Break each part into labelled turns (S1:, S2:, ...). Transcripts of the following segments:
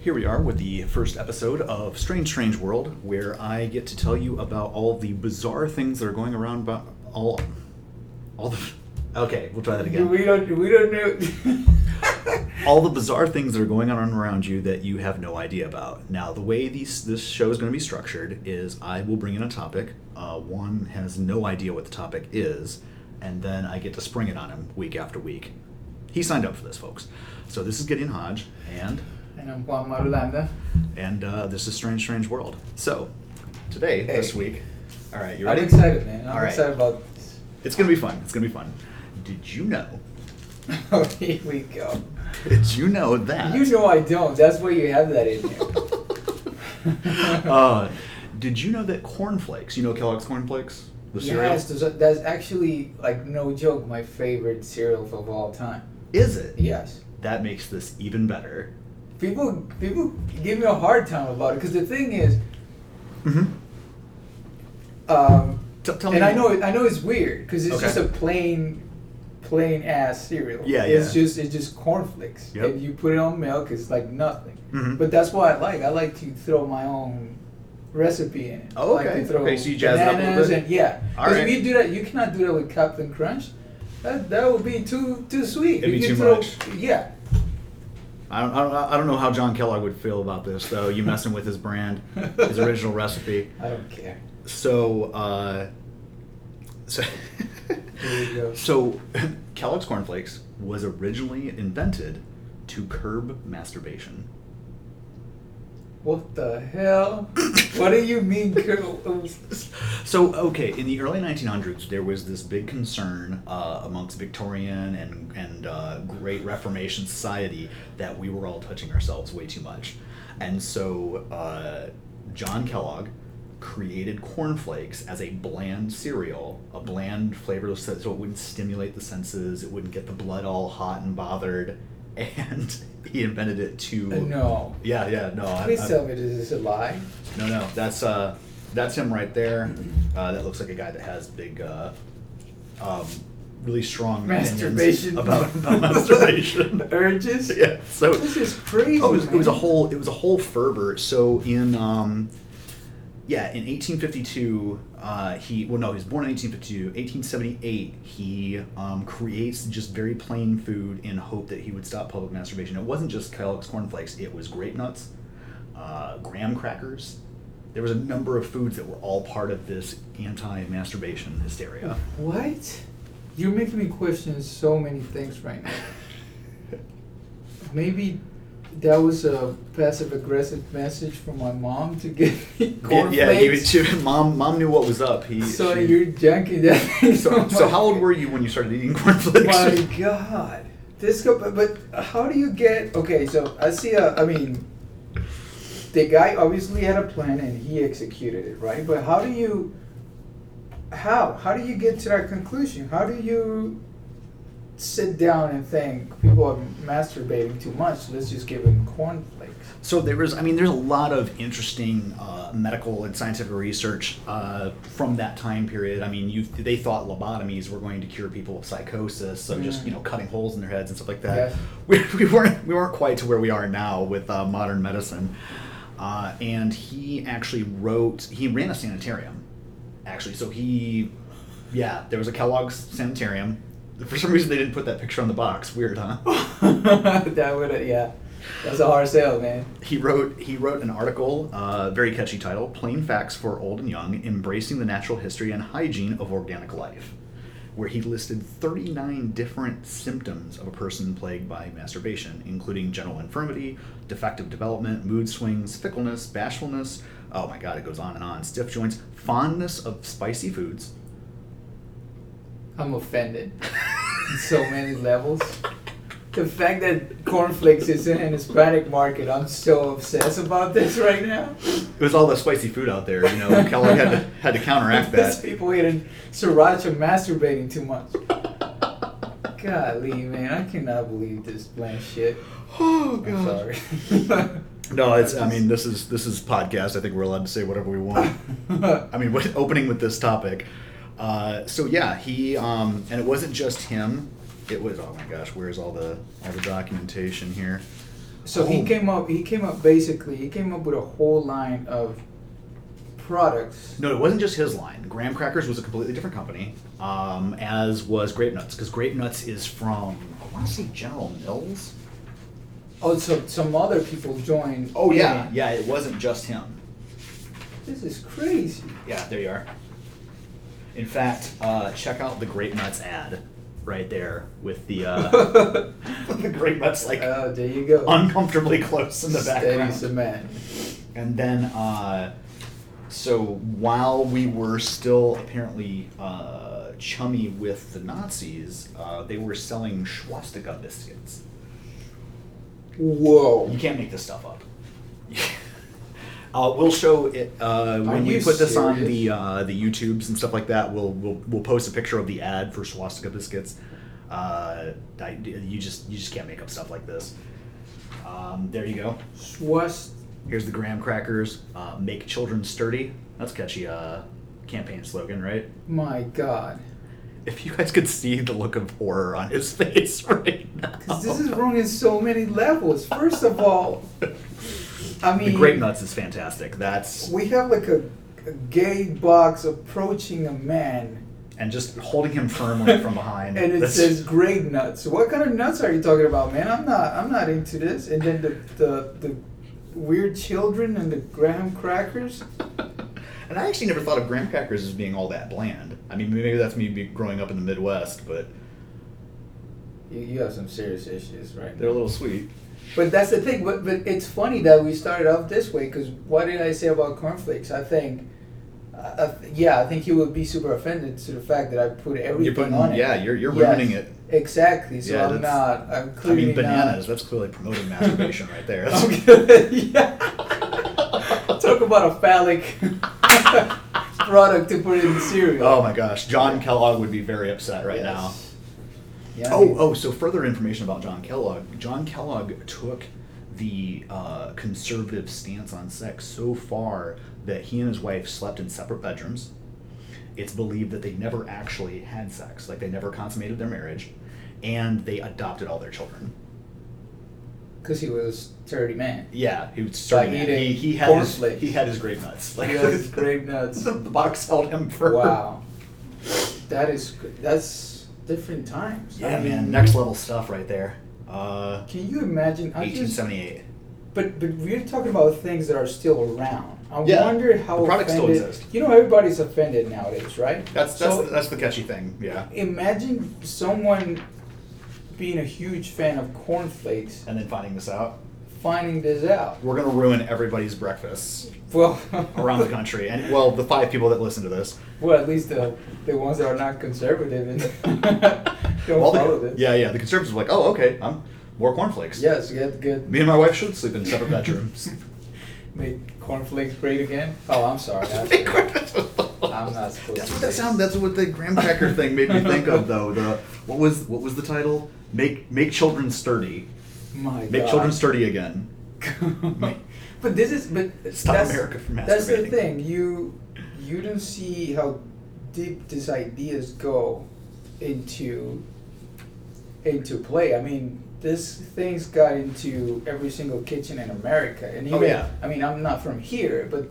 S1: Here we are with the first episode of Strange Strange World, where I get to tell you about all the bizarre things that are going around about all, all the. Okay, we'll try that again.
S2: We don't. We don't know.
S1: all the bizarre things that are going on around you that you have no idea about. Now, the way these this show is going to be structured is I will bring in a topic. Uh, one has no idea what the topic is, and then I get to spring it on him week after week. He signed up for this, folks. So this is Gideon Hodge, and
S2: and I'm Juan Marulanda.
S1: and uh, this is Strange Strange World. So today,
S2: Hey.
S1: this week, all right, you
S2: I'm
S1: ready?
S2: excited, man. I'm
S1: All right.
S2: excited about this.
S1: It's going to be fun. It's going to be fun. Did you know?
S2: Oh, here we go.
S1: Did you know that?
S2: You know I don't. That's why you have that in there.
S1: uh, did you know that cornflakes, you know Kellogg's cornflakes? The cereal?
S2: yes, there's a- that's actually like no joke. My favorite cereal of all time.
S1: Is it?
S2: Yes.
S1: That makes this even better.
S2: People, people give me a hard time about it because the thing is,
S1: Mm-hmm.
S2: um,
S1: T- tell
S2: and
S1: me
S2: I know, it- I know it's weird because it's
S1: Okay.
S2: just a plain, plain ass cereal.
S1: Yeah,
S2: It's
S1: yeah.
S2: just it's just cornflakes,
S1: Yep.
S2: and you put it on milk. It's like nothing.
S1: Mhm.
S2: But that's what I like. I like to throw my own recipe in it.
S1: Oh,
S2: I
S1: okay.
S2: like to throw
S1: Okay, so you jazz it up a little
S2: bananas
S1: bit?
S2: And, yeah.
S1: All
S2: 'Cause
S1: right.
S2: If you do that, you cannot do that with Captain Crunch. That, that would be too too sweet.
S1: It'd
S2: You
S1: be
S2: can
S1: too
S2: throw-
S1: much.
S2: Yeah.
S1: I don't, I, don't, I don't know how John Kellogg would feel about this, though. You messing with his brand, his original recipe.
S2: I don't care.
S1: So, uh, so,
S2: Here we go.
S1: so Kellogg's cornflakes was originally invented to curb masturbation.
S2: What the hell? what do you mean, girl?
S1: So, okay, in the early 1900s, there was this big concern uh, amongst Victorian and, and uh, Great Reformation society that we were all touching ourselves way too much. And so, uh, John Kellogg created cornflakes as a bland cereal, a bland flavorless, so it wouldn't stimulate the senses, it wouldn't get the blood all hot and bothered. And he invented it to.
S2: Uh, No.
S1: Yeah, yeah, no. I-
S2: Please
S1: I-
S2: tell me this is a lie.
S1: no, no, that's uh, that's him right there. Uh, that looks like a guy that has big, uh, um, really strong opinions
S2: Masturbation
S1: about, about masturbation.
S2: urges.
S1: yeah. So
S2: This is crazy.
S1: Oh, it was, it was a
S2: man.
S1: whole it was a whole fervor. So in um, yeah, in 1852, uh, he well no, he was born in 1852. 1878, he um, creates just very plain food in hope that he would stop public masturbation. It wasn't just Kellogg's cornflakes; it was grape nuts, uh, graham crackers. There was a number of foods that were all part of this anti-masturbation hysteria.
S2: What? You're making me question so many things right now. Maybe that was a passive aggressive message from my mom to give me cornflakes.
S1: yeah, he was, she, mom, mom knew what was up. He
S2: So
S1: she-
S2: you're Oh junking that. thing
S1: So,
S2: much.
S1: so how old were you when you started eating cornflakes?
S2: My God, this. co- But, but how do you get? Okay, so I see. A, I mean, the guy obviously had a plan and he executed it, right? But how do you? How how do you get to that conclusion? How do you sit down and think people are masturbating too much? Let's just give them cornflakes.
S1: So there was, I mean, there's a lot of interesting uh, medical and scientific research uh, from that time period. I mean, you they thought lobotomies were going to cure people of psychosis, so just
S2: Mm.
S1: you know cutting holes in their heads and stuff like that.
S2: Yes.
S1: We, we weren't we weren't quite to where we are now with uh, modern medicine. Uh, and he actually wrote, he ran a sanitarium, actually. So he, yeah, there was a Kellogg's sanitarium. For some reason, they didn't put that picture on the box. Weird, huh?
S2: that would yeah. That's a hard sell, man.
S1: He wrote he wrote an article, uh, very catchy title, "Plain Facts for Old and Young: Embracing the Natural History and Hygiene of Organic Life," where he listed 39 different symptoms of a person plagued by masturbation, including general infirmity, defective development, mood swings, fickleness, bashfulness. Oh my God, it goes on and on. Stiff joints, fondness of spicy foods.
S2: I'm offended. in so many levels. The fact that cornflakes is in an Hispanic market, I'm so obsessed about this right now.
S1: It was all the spicy food out there, you know. Kelly had to had to counteract
S2: These
S1: that.
S2: people eating sriracha masturbating too much. Golly, man, I cannot believe this bland shit.
S1: Oh
S2: I'm sorry.
S1: No, it's. I mean, this is this is podcast. I think we're allowed to say whatever we want. I mean, with, opening with this topic. Uh, so yeah, he um, and it wasn't just him. It was. Oh my gosh, where's all the all the documentation here?
S2: So he came up. He came up basically. He came up with a whole line of products.
S1: No, it wasn't just his line. Graham Crackers was a completely different company, um, as was Grape Nuts, because Grape Nuts is from I want to say General Mills.
S2: Also, Oh, some other people joined. in.
S1: Oh, yeah. It wasn't just him.
S2: This is crazy.
S1: Yeah, there you are. In fact, uh, check out the Grape Nuts ad right there with the uh,
S2: oh,
S1: the Grape Nuts like
S2: there you go.
S1: uncomfortably close in the
S2: Uh, Steady
S1: background.
S2: cement.
S1: And then, uh, so while we were still apparently uh, chummy with the Nazis, uh, they were selling swastika biscuits.
S2: Whoa.
S1: You can't make this stuff up. uh, we'll show it uh, when we
S2: you
S1: put this on
S2: serious?
S1: the uh, the YouTubes and stuff like that. We'll we'll we'll post a picture of the ad for swastika biscuits. Uh, I, you just you just can't make up stuff like this. Um, there you go.
S2: Swast.
S1: Here's the graham crackers. Uh, make children sturdy. That's a catchy. Uh, campaign slogan, right?
S2: My God.
S1: If you guys could see the look of horror on his face right now.
S2: Because this is wrong in so many levels. First of all, I mean,
S1: the grape nuts is fantastic. That's
S2: we have like a, a gay box approaching a man,
S1: and just holding him firmly from behind.
S2: and it
S1: That's-
S2: says "grape nuts." What kind of nuts are you talking about, man? I'm not. I'm not into this. And then the the, the weird children and the graham crackers.
S1: and I actually never thought of graham crackers as being all that bland. I mean, maybe that's me be- growing up in the Midwest, but
S2: You, you have some serious issues, right?
S1: they're a little sweet.
S2: But that's the thing. But, but it's funny that we started off this way because what did I say about cornflakes? I think, uh, I th- yeah, I think he would be super offended to the fact that I put everything
S1: You're putting,
S2: on it.
S1: yeah, you're you're
S2: Yes,
S1: ruining it.
S2: Exactly. So
S1: Yeah,
S2: I'm
S1: that's-
S2: not. I'm
S1: I
S2: clearly
S1: mean, bananas. That's clearly promoting masturbation right there.
S2: Not,
S1: That's-
S2: I'm- yeah. Talk about a phallic product to put in cereal.
S1: Oh my gosh, John Kellogg would be very upset right now.
S2: Yeah, I
S1: Oh,
S2: mean,
S1: oh, so further information about John Kellogg. John Kellogg took the uh, conservative stance on sex so far that he and his wife slept in separate bedrooms. It's believed that they never actually had sex, like they never consummated their marriage, and they adopted all their children. oh.
S2: Because he was a sturdy man.
S1: Yeah, he was starting.
S2: By
S1: at-
S2: eating
S1: He, he had his
S2: cornflakes.
S1: he had his grape nuts. Like
S2: Yes, grape nuts.
S1: the box held him for
S2: Wow, that is that's different times.
S1: Yeah,
S2: I mean,
S1: man, next level stuff right there. Uh,
S2: Can you imagine? I just,
S1: 1878.
S2: but but we're talking about things that are still around. I
S1: Yeah,
S2: wonder how
S1: the products still
S2: offended.
S1: exist.
S2: You know, everybody's offended nowadays, right?
S1: That's that's
S2: so
S1: that's the catchy thing. Yeah.
S2: imagine someone being a huge fan of cornflakes
S1: and then finding this out.
S2: finding this out.
S1: We're gonna ruin everybody's breakfast
S2: Well,
S1: around the country, and well, the five people that listen to this.
S2: Well, at least the the ones that are not conservative and don't
S1: All the-
S2: follow this.
S1: Yeah, yeah. The conservatives were like, "Oh, okay, I'm more cornflakes."
S2: Yes, good, good.
S1: Me and my wife should sleep in separate bedrooms.
S2: Make cornflakes great again? Oh, I'm sorry. I-
S1: Big cornflakes.
S2: I'm not
S1: That's
S2: supposed to
S1: what
S2: say.
S1: that sound. That's what the graham cracker thing made me think of, though. The what was what was the title? Make make children sturdy.
S2: My
S1: Make
S2: God.
S1: children sturdy again.
S2: but this is but
S1: Stop
S2: that's,
S1: America from
S2: That's the
S1: masturbating.
S2: thing. You you don't see how deep these ideas go into into play. I mean, this thing's got into every single kitchen in America. And
S1: Oh,
S2: even,
S1: yeah.
S2: I mean, I'm not from here, but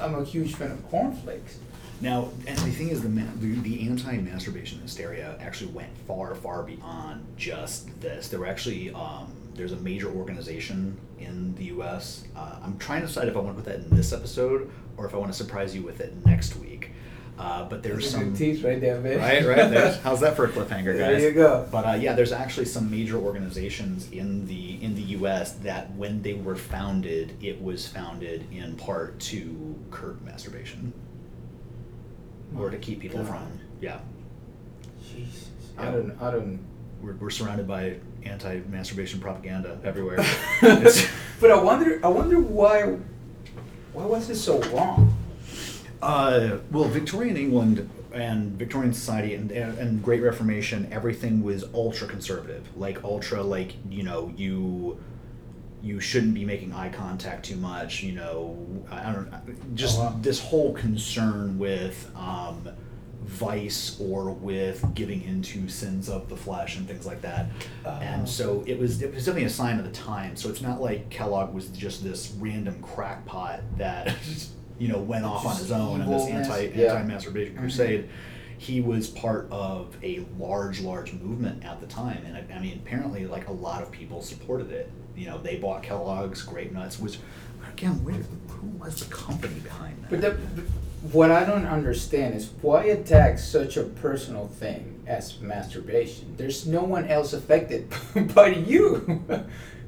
S2: I'm a huge fan of cornflakes.
S1: Now, and the thing is, the, ma- the, the anti-masturbation hysteria actually went far, far beyond just this. There were actually um, there's a major organization in the U.S. Uh, I'm trying to decide if I want to put that in this episode or if I want to surprise you with it next week. Uh, but there's
S2: There's
S1: some
S2: teeth right there, babe.
S1: right, right. There's, how's that for a cliffhanger, guys?
S2: There you go.
S1: But uh, yeah, there's actually some major organizations in the in the U.S. that when they were founded, it was founded in part to curb masturbation or to keep people
S2: God.
S1: from. Yeah,
S2: Jesus.
S1: Yeah.
S2: I don't. I don't.
S1: we're, we're surrounded by anti-masturbation propaganda everywhere. It's-
S2: but I wonder. I wonder why. Why was it so wrong?
S1: Uh, well, Victorian England and Victorian society and, and, and Great Reformation, everything was ultra conservative, like ultra, like you know, you you shouldn't be making eye contact too much, you know, I I don't, just
S2: Oh, wow.
S1: this whole concern with um, vice or with giving into sins of the flesh and things like that.
S2: Oh.
S1: And so it was it was definitely a sign of the time. So it's not like Kellogg was just this random crackpot that you know went off on
S2: Just
S1: his own on this
S2: evilness.
S1: anti
S2: Yeah.
S1: anti masturbation
S2: Mhm.
S1: crusade. He was part of a large, large movement at the time, and I, I mean, apparently, like a lot of people supported it. You know, they bought Kellogg's Grape Nuts, which again, where who was the company behind that?
S2: But the, what I don't understand is why attack such a personal thing as masturbation? There's no one else affected but you.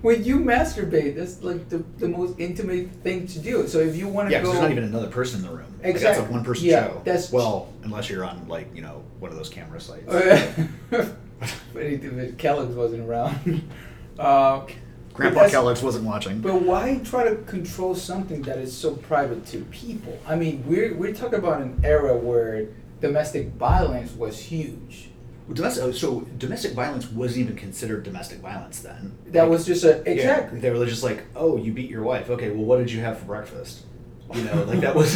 S2: when you masturbate, that's like the, the most intimate thing to do. So if you want to
S1: Yeah, 'cause
S2: go,
S1: there's not even another person in the room. Like, that's
S2: Exactly.
S1: a one person
S2: Yeah,
S1: show.
S2: that's- Uh,
S1: well, unless you're on like you know one of those camera sites.
S2: but it- but Kellogg's wasn't around. Uh,
S1: Grandpa
S2: that's-
S1: Kellogg's wasn't watching.
S2: But why try to control something that is so private to people? I mean, we're, we're talking about an era where domestic violence was huge.
S1: Domestic, oh, so domestic violence wasn't even considered domestic violence then.
S2: That
S1: Like,
S2: was just a
S1: yeah,
S2: exactly.
S1: they were just like, oh, you beat your wife. Okay, well, what did you have for breakfast? You know, like that was,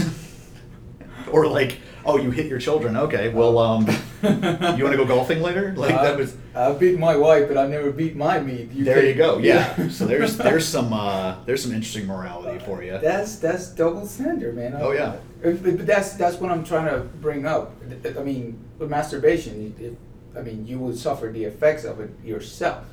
S1: or like, oh, you hit your children. Okay, well, um, you want to go golfing later? Like
S2: Uh,
S1: that was.
S2: I, I beat my wife, but I never beat my meat.
S1: there
S2: can-
S1: you go. Yeah. so there's there's some uh, there's some interesting morality for you.
S2: That's that's double standard, man. I-
S1: Oh, yeah.
S2: Uh, But but that's that's what I'm trying to bring up. Th- I mean, with masturbation, it, I mean, you will suffer the effects of it yourself.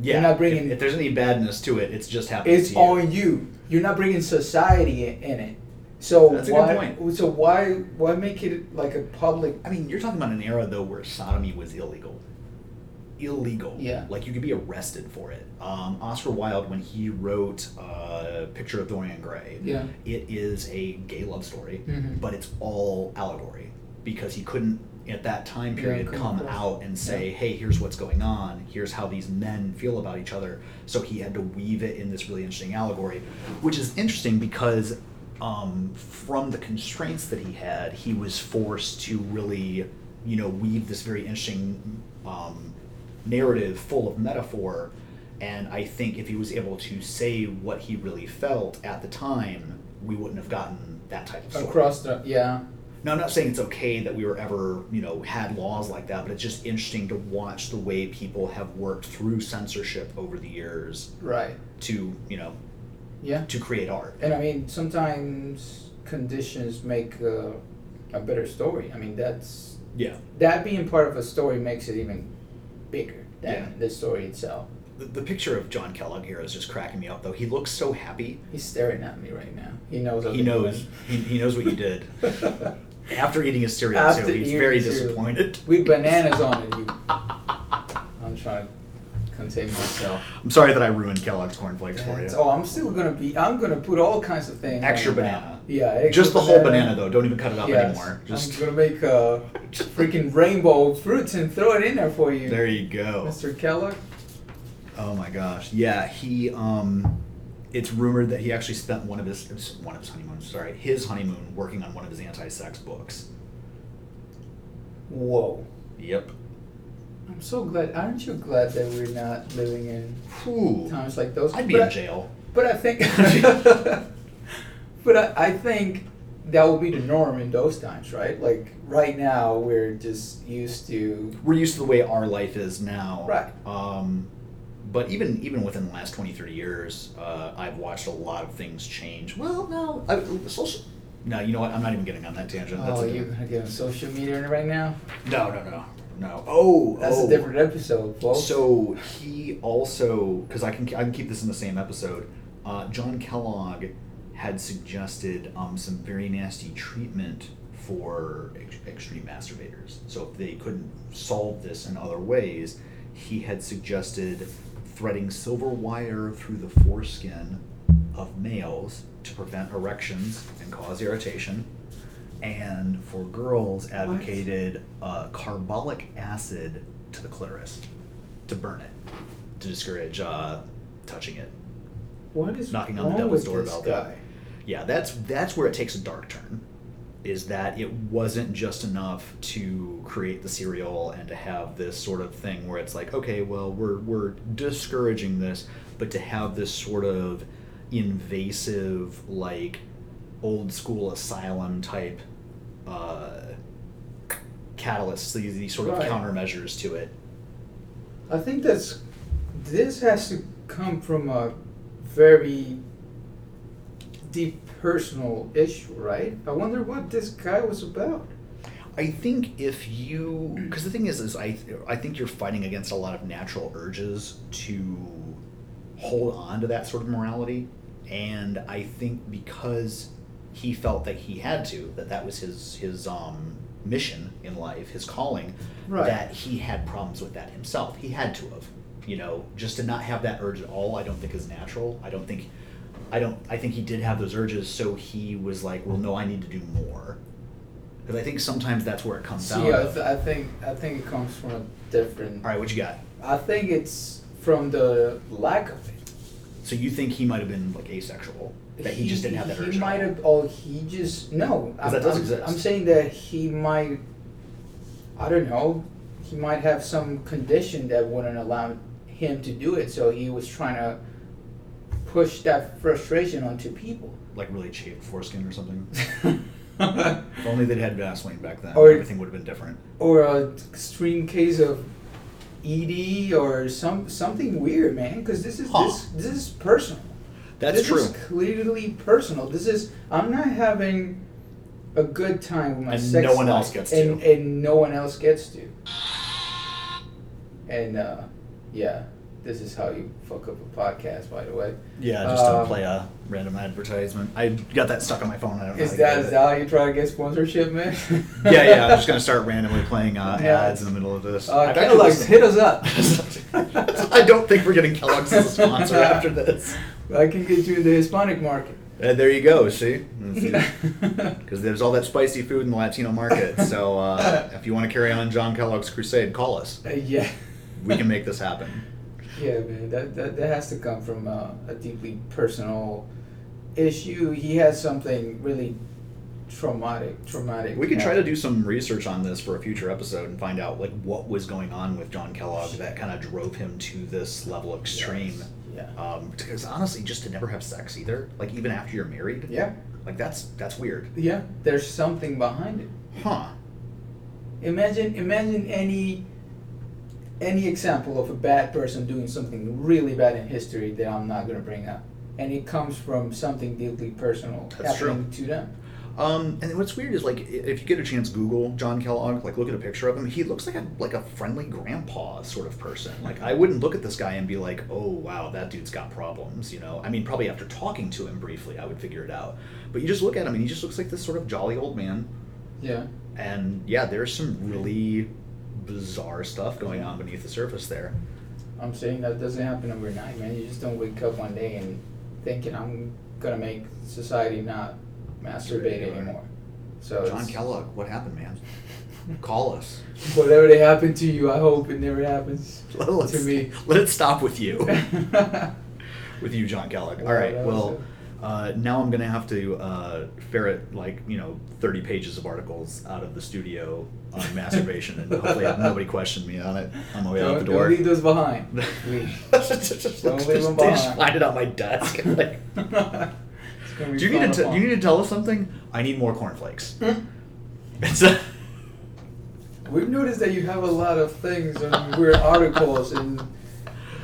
S1: yeah.
S2: You're not bringing-
S1: if, if there's any badness to it, it's just happening.
S2: It's
S1: to you.
S2: on you. You're not bringing society in, in it. So
S1: That's a good
S2: why?
S1: point.
S2: So why why make it like a public?
S1: I mean, you're talking about an era though where sodomy was illegal. Illegal.
S2: Yeah.
S1: Like you could be arrested for it. Um, Oscar Wilde, when he wrote uh, Picture of Dorian Gray,
S2: Yeah.
S1: it is a gay love story,
S2: Mhm.
S1: but it's all allegory because he couldn't at that time
S2: Yeah,
S1: period
S2: couldn't
S1: come
S2: cross.
S1: out and say, "Hey, here's what's going on. Here's how these men feel about each other." So he had to weave it in this really interesting allegory, which is interesting because um, from the constraints that he had, he was forced to really, you know, weave this very interesting um, narrative full of metaphor. And I think if he was able to say what he really felt at the time, we wouldn't have gotten that type of story.
S2: Across the yeah.
S1: Now, I'm not saying it's okay that we were ever, you know, had laws like that, but it's just interesting to watch the way people have worked through censorship over the years
S2: Right.
S1: to, you know,
S2: Yeah.
S1: to create art.
S2: And I mean, sometimes conditions make uh, a better story. I mean, that's
S1: Yeah.
S2: that being part of a story makes it even bigger than
S1: Yeah.
S2: the story itself.
S1: The, the picture of John Kellogg here is just cracking me up, though. He looks so happy.
S2: He's staring at me right now. He knows.
S1: He knows. He, he knows what you did. After eating his cereal,
S2: After
S1: too, he's
S2: eating
S1: very
S2: his cereal.
S1: disappointed.
S2: With bananas on it, you. I'm trying to contain myself.
S1: I'm sorry that I ruined Kellogg's cornflakes for you.
S2: That's- Oh, I'm still gonna be. I'm gonna put all kinds of things. on
S1: Extra
S2: the
S1: banana.
S2: map. Yeah. extra
S1: Just the whole banana, though. Don't even cut it up
S2: Yes.
S1: anymore. Just
S2: I'm gonna make a freaking rainbow of fruits and throw it in there for you,
S1: there you go.
S2: Mr. Kellogg.
S1: Oh my gosh. Yeah, he um it's rumored that he actually spent one of his one of his honeymoons, sorry, his honeymoon working on one of his anti-sex books.
S2: Whoa.
S1: Yep.
S2: I'm so glad. Aren't you glad that we're not living in
S1: Whew.
S2: times like those?
S1: I'd be
S2: But
S1: in
S2: I-
S1: jail.
S2: But I think, but I, I think that would be the norm in those times, right? Like right now, we're just used to.
S1: We're used to the way our life is now.
S2: Right.
S1: Um but even even within the last 20 30 years, uh, I've watched a lot of things change. Well, no, I, social No, you know what? I'm not even getting on that tangent. That's
S2: oh,
S1: a
S2: you're
S1: different-
S2: gonna get on social media right now?
S1: No, no, no. No. Oh,
S2: That's
S1: oh.
S2: a different episode, folks.
S1: So he also, because I can I can keep this in the same episode. Uh, John Kellogg had suggested um, some very nasty treatment for ex- extreme masturbators. So if they couldn't solve this in other ways, he had suggested threading silver wire through the foreskin of males to prevent erections and cause irritation. And for girls, advocated uh, carbolic acid to the clitoris to burn it to discourage uh, touching it.
S2: what is
S1: knocking on the
S2: wrong
S1: devil's
S2: with this
S1: doorbell there.
S2: guy?
S1: Yeah, that's that's where it takes a dark turn. Is that it wasn't just enough to create the cereal and to have this sort of thing where it's like, okay, well, we're we're discouraging this, but to have this sort of invasive, like old school asylum type uh, catalysts, these, these sort of
S2: Right.
S1: countermeasures to it.
S2: I think that's this has to come from a very deep personal issue, right? I wonder what this guy was about.
S1: I think if you, because the thing is, is I, I think you're fighting against a lot of natural urges to hold on to that sort of morality, and I think because he felt that he had to, that that was his his um mission in life, his calling,
S2: Right.
S1: that he had problems with that himself. He had to have, you know, just to not have that urge at all. I don't think is natural. I don't think, I don't. I think he did have those urges, so he was like, well, no, I need to do more. Because I think sometimes that's where it comes
S2: See,
S1: out.
S2: I,
S1: of.
S2: th- I think I think it comes from a different.
S1: All right, what you got?
S2: I think it's from the lack of it.
S1: So you think he might have been like asexual? That he, just didn't have that
S2: he
S1: urge. at
S2: might
S1: all.
S2: have. Oh, he just no.
S1: 'Cause
S2: I'm,
S1: that does
S2: I'm-
S1: exist.
S2: I'm saying that he might. I don't know. He might have some condition that wouldn't allow him to do it, so he was trying to push that frustration onto people.
S1: like really shaved foreskin or something. If only they'd had Vaseline back then,
S2: Or-
S1: everything would have been different.
S2: or a extreme case of ED or some something weird, man. Because this is
S1: Huh.
S2: this this is personal. this Is clearly personal. This is I'm not having a good time with my
S1: And
S2: sex
S1: no one
S2: life,
S1: else gets
S2: and,
S1: to.
S2: and no one else gets to. And uh, yeah, this is how you fuck up a podcast, by the way.
S1: Yeah, just to
S2: Um,
S1: play a random advertisement. I got that stuck on my phone. I don't know.
S2: Is
S1: how to
S2: that,
S1: get
S2: is
S1: it.
S2: that how you try to get sponsorship, man?
S1: yeah, yeah. I'm just gonna start randomly playing uh,
S2: Yeah.
S1: ads in the middle of this.
S2: Uh,
S1: I've actually listened-
S2: Kellogg's, hit us up.
S1: I don't think we're getting Kellogg's as a sponsor after this.
S2: I can get you in the Hispanic market.
S1: And there you go. See, because there's all that spicy food in the Latino market. So uh, if you want to carry on John Kellogg's crusade, call us.
S2: Uh, yeah.
S1: We can make this happen.
S2: Yeah, man, that, that, that has to come from uh, a deeply personal issue. He has something really traumatic. Traumatic.
S1: We can try to do some research on this for a future episode and find out like what was going on with John Kellogg that kind of drove him to this level of extreme.
S2: Yeah.
S1: Um, because honestly, just to never have sex either, like even after you're married,
S2: Yeah.
S1: like that's that's weird,
S2: Yeah. There's something behind it.
S1: huh?
S2: Imagine imagine any any example of a bad person doing something really bad in history that I'm not gonna bring up. And it comes from something deeply personal
S1: That's true.
S2: happening to them.
S1: Um, and what's weird is like i- if you get a chance, Google John Kellogg, like look at a picture of him. He looks like a like a friendly grandpa sort of person. Like I wouldn't look at this guy and be like, oh wow, that dude's got problems. You know, I mean, probably after talking to him briefly, I would figure it out. But you just look at him and he just looks like this sort of jolly old man.
S2: Yeah.
S1: And yeah, there's some really bizarre stuff going on beneath the surface there.
S2: I'm saying that doesn't happen overnight, man. You just don't wake up one day and thinking I'm gonna make society not masturbate
S1: Right.
S2: anymore. So
S1: John
S2: Uh, it's-
S1: Kellogg, what happened, man? Call us.
S2: whatever that happened to you, I hope it never happens
S1: Let, let's-
S2: to me.
S1: let it stop with you. with you, John Kellogg. All right. Well, uh, now I'm gonna have to uh, ferret like you know 30 pages of articles out of the studio on masturbation, and hopefully have nobody question me on it on my way out the
S2: don't,
S1: door.
S2: don't leave those behind. Please.
S1: Just-
S2: Don't leave
S1: they just
S2: them behind.
S1: find it on my desk. Like,
S2: It's gonna be
S1: do you need
S2: frowned
S1: to t-
S2: upon.
S1: do you need to tell us something? I need more cornflakes.
S2: Hmm?
S1: It's a-
S2: We've noticed that you have a lot of things and weird articles and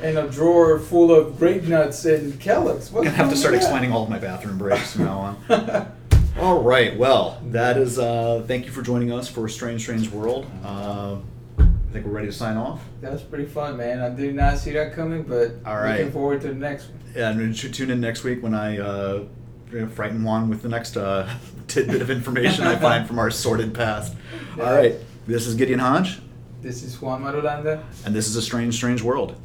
S2: and a drawer full of grape nuts and Kellogg's.
S1: I'm
S2: What's
S1: gonna have to
S2: wrong
S1: start
S2: with
S1: explaining all of my bathroom breaks from now on.
S2: that?
S1: All right. Well, that is. Uh, thank you for joining us for Strange Strange World. Uh, I think we're ready to sign off.
S2: That was pretty fun, man. I did not see that coming, but
S1: All right.
S2: looking forward to the next one.
S1: And t- tune in next week when I uh, frighten Juan with the next uh, tidbit of information I find from our sordid past. All right. This is Gideon Hodge,
S2: This is Juan Marulanda.
S1: and this is a Strange Strange World.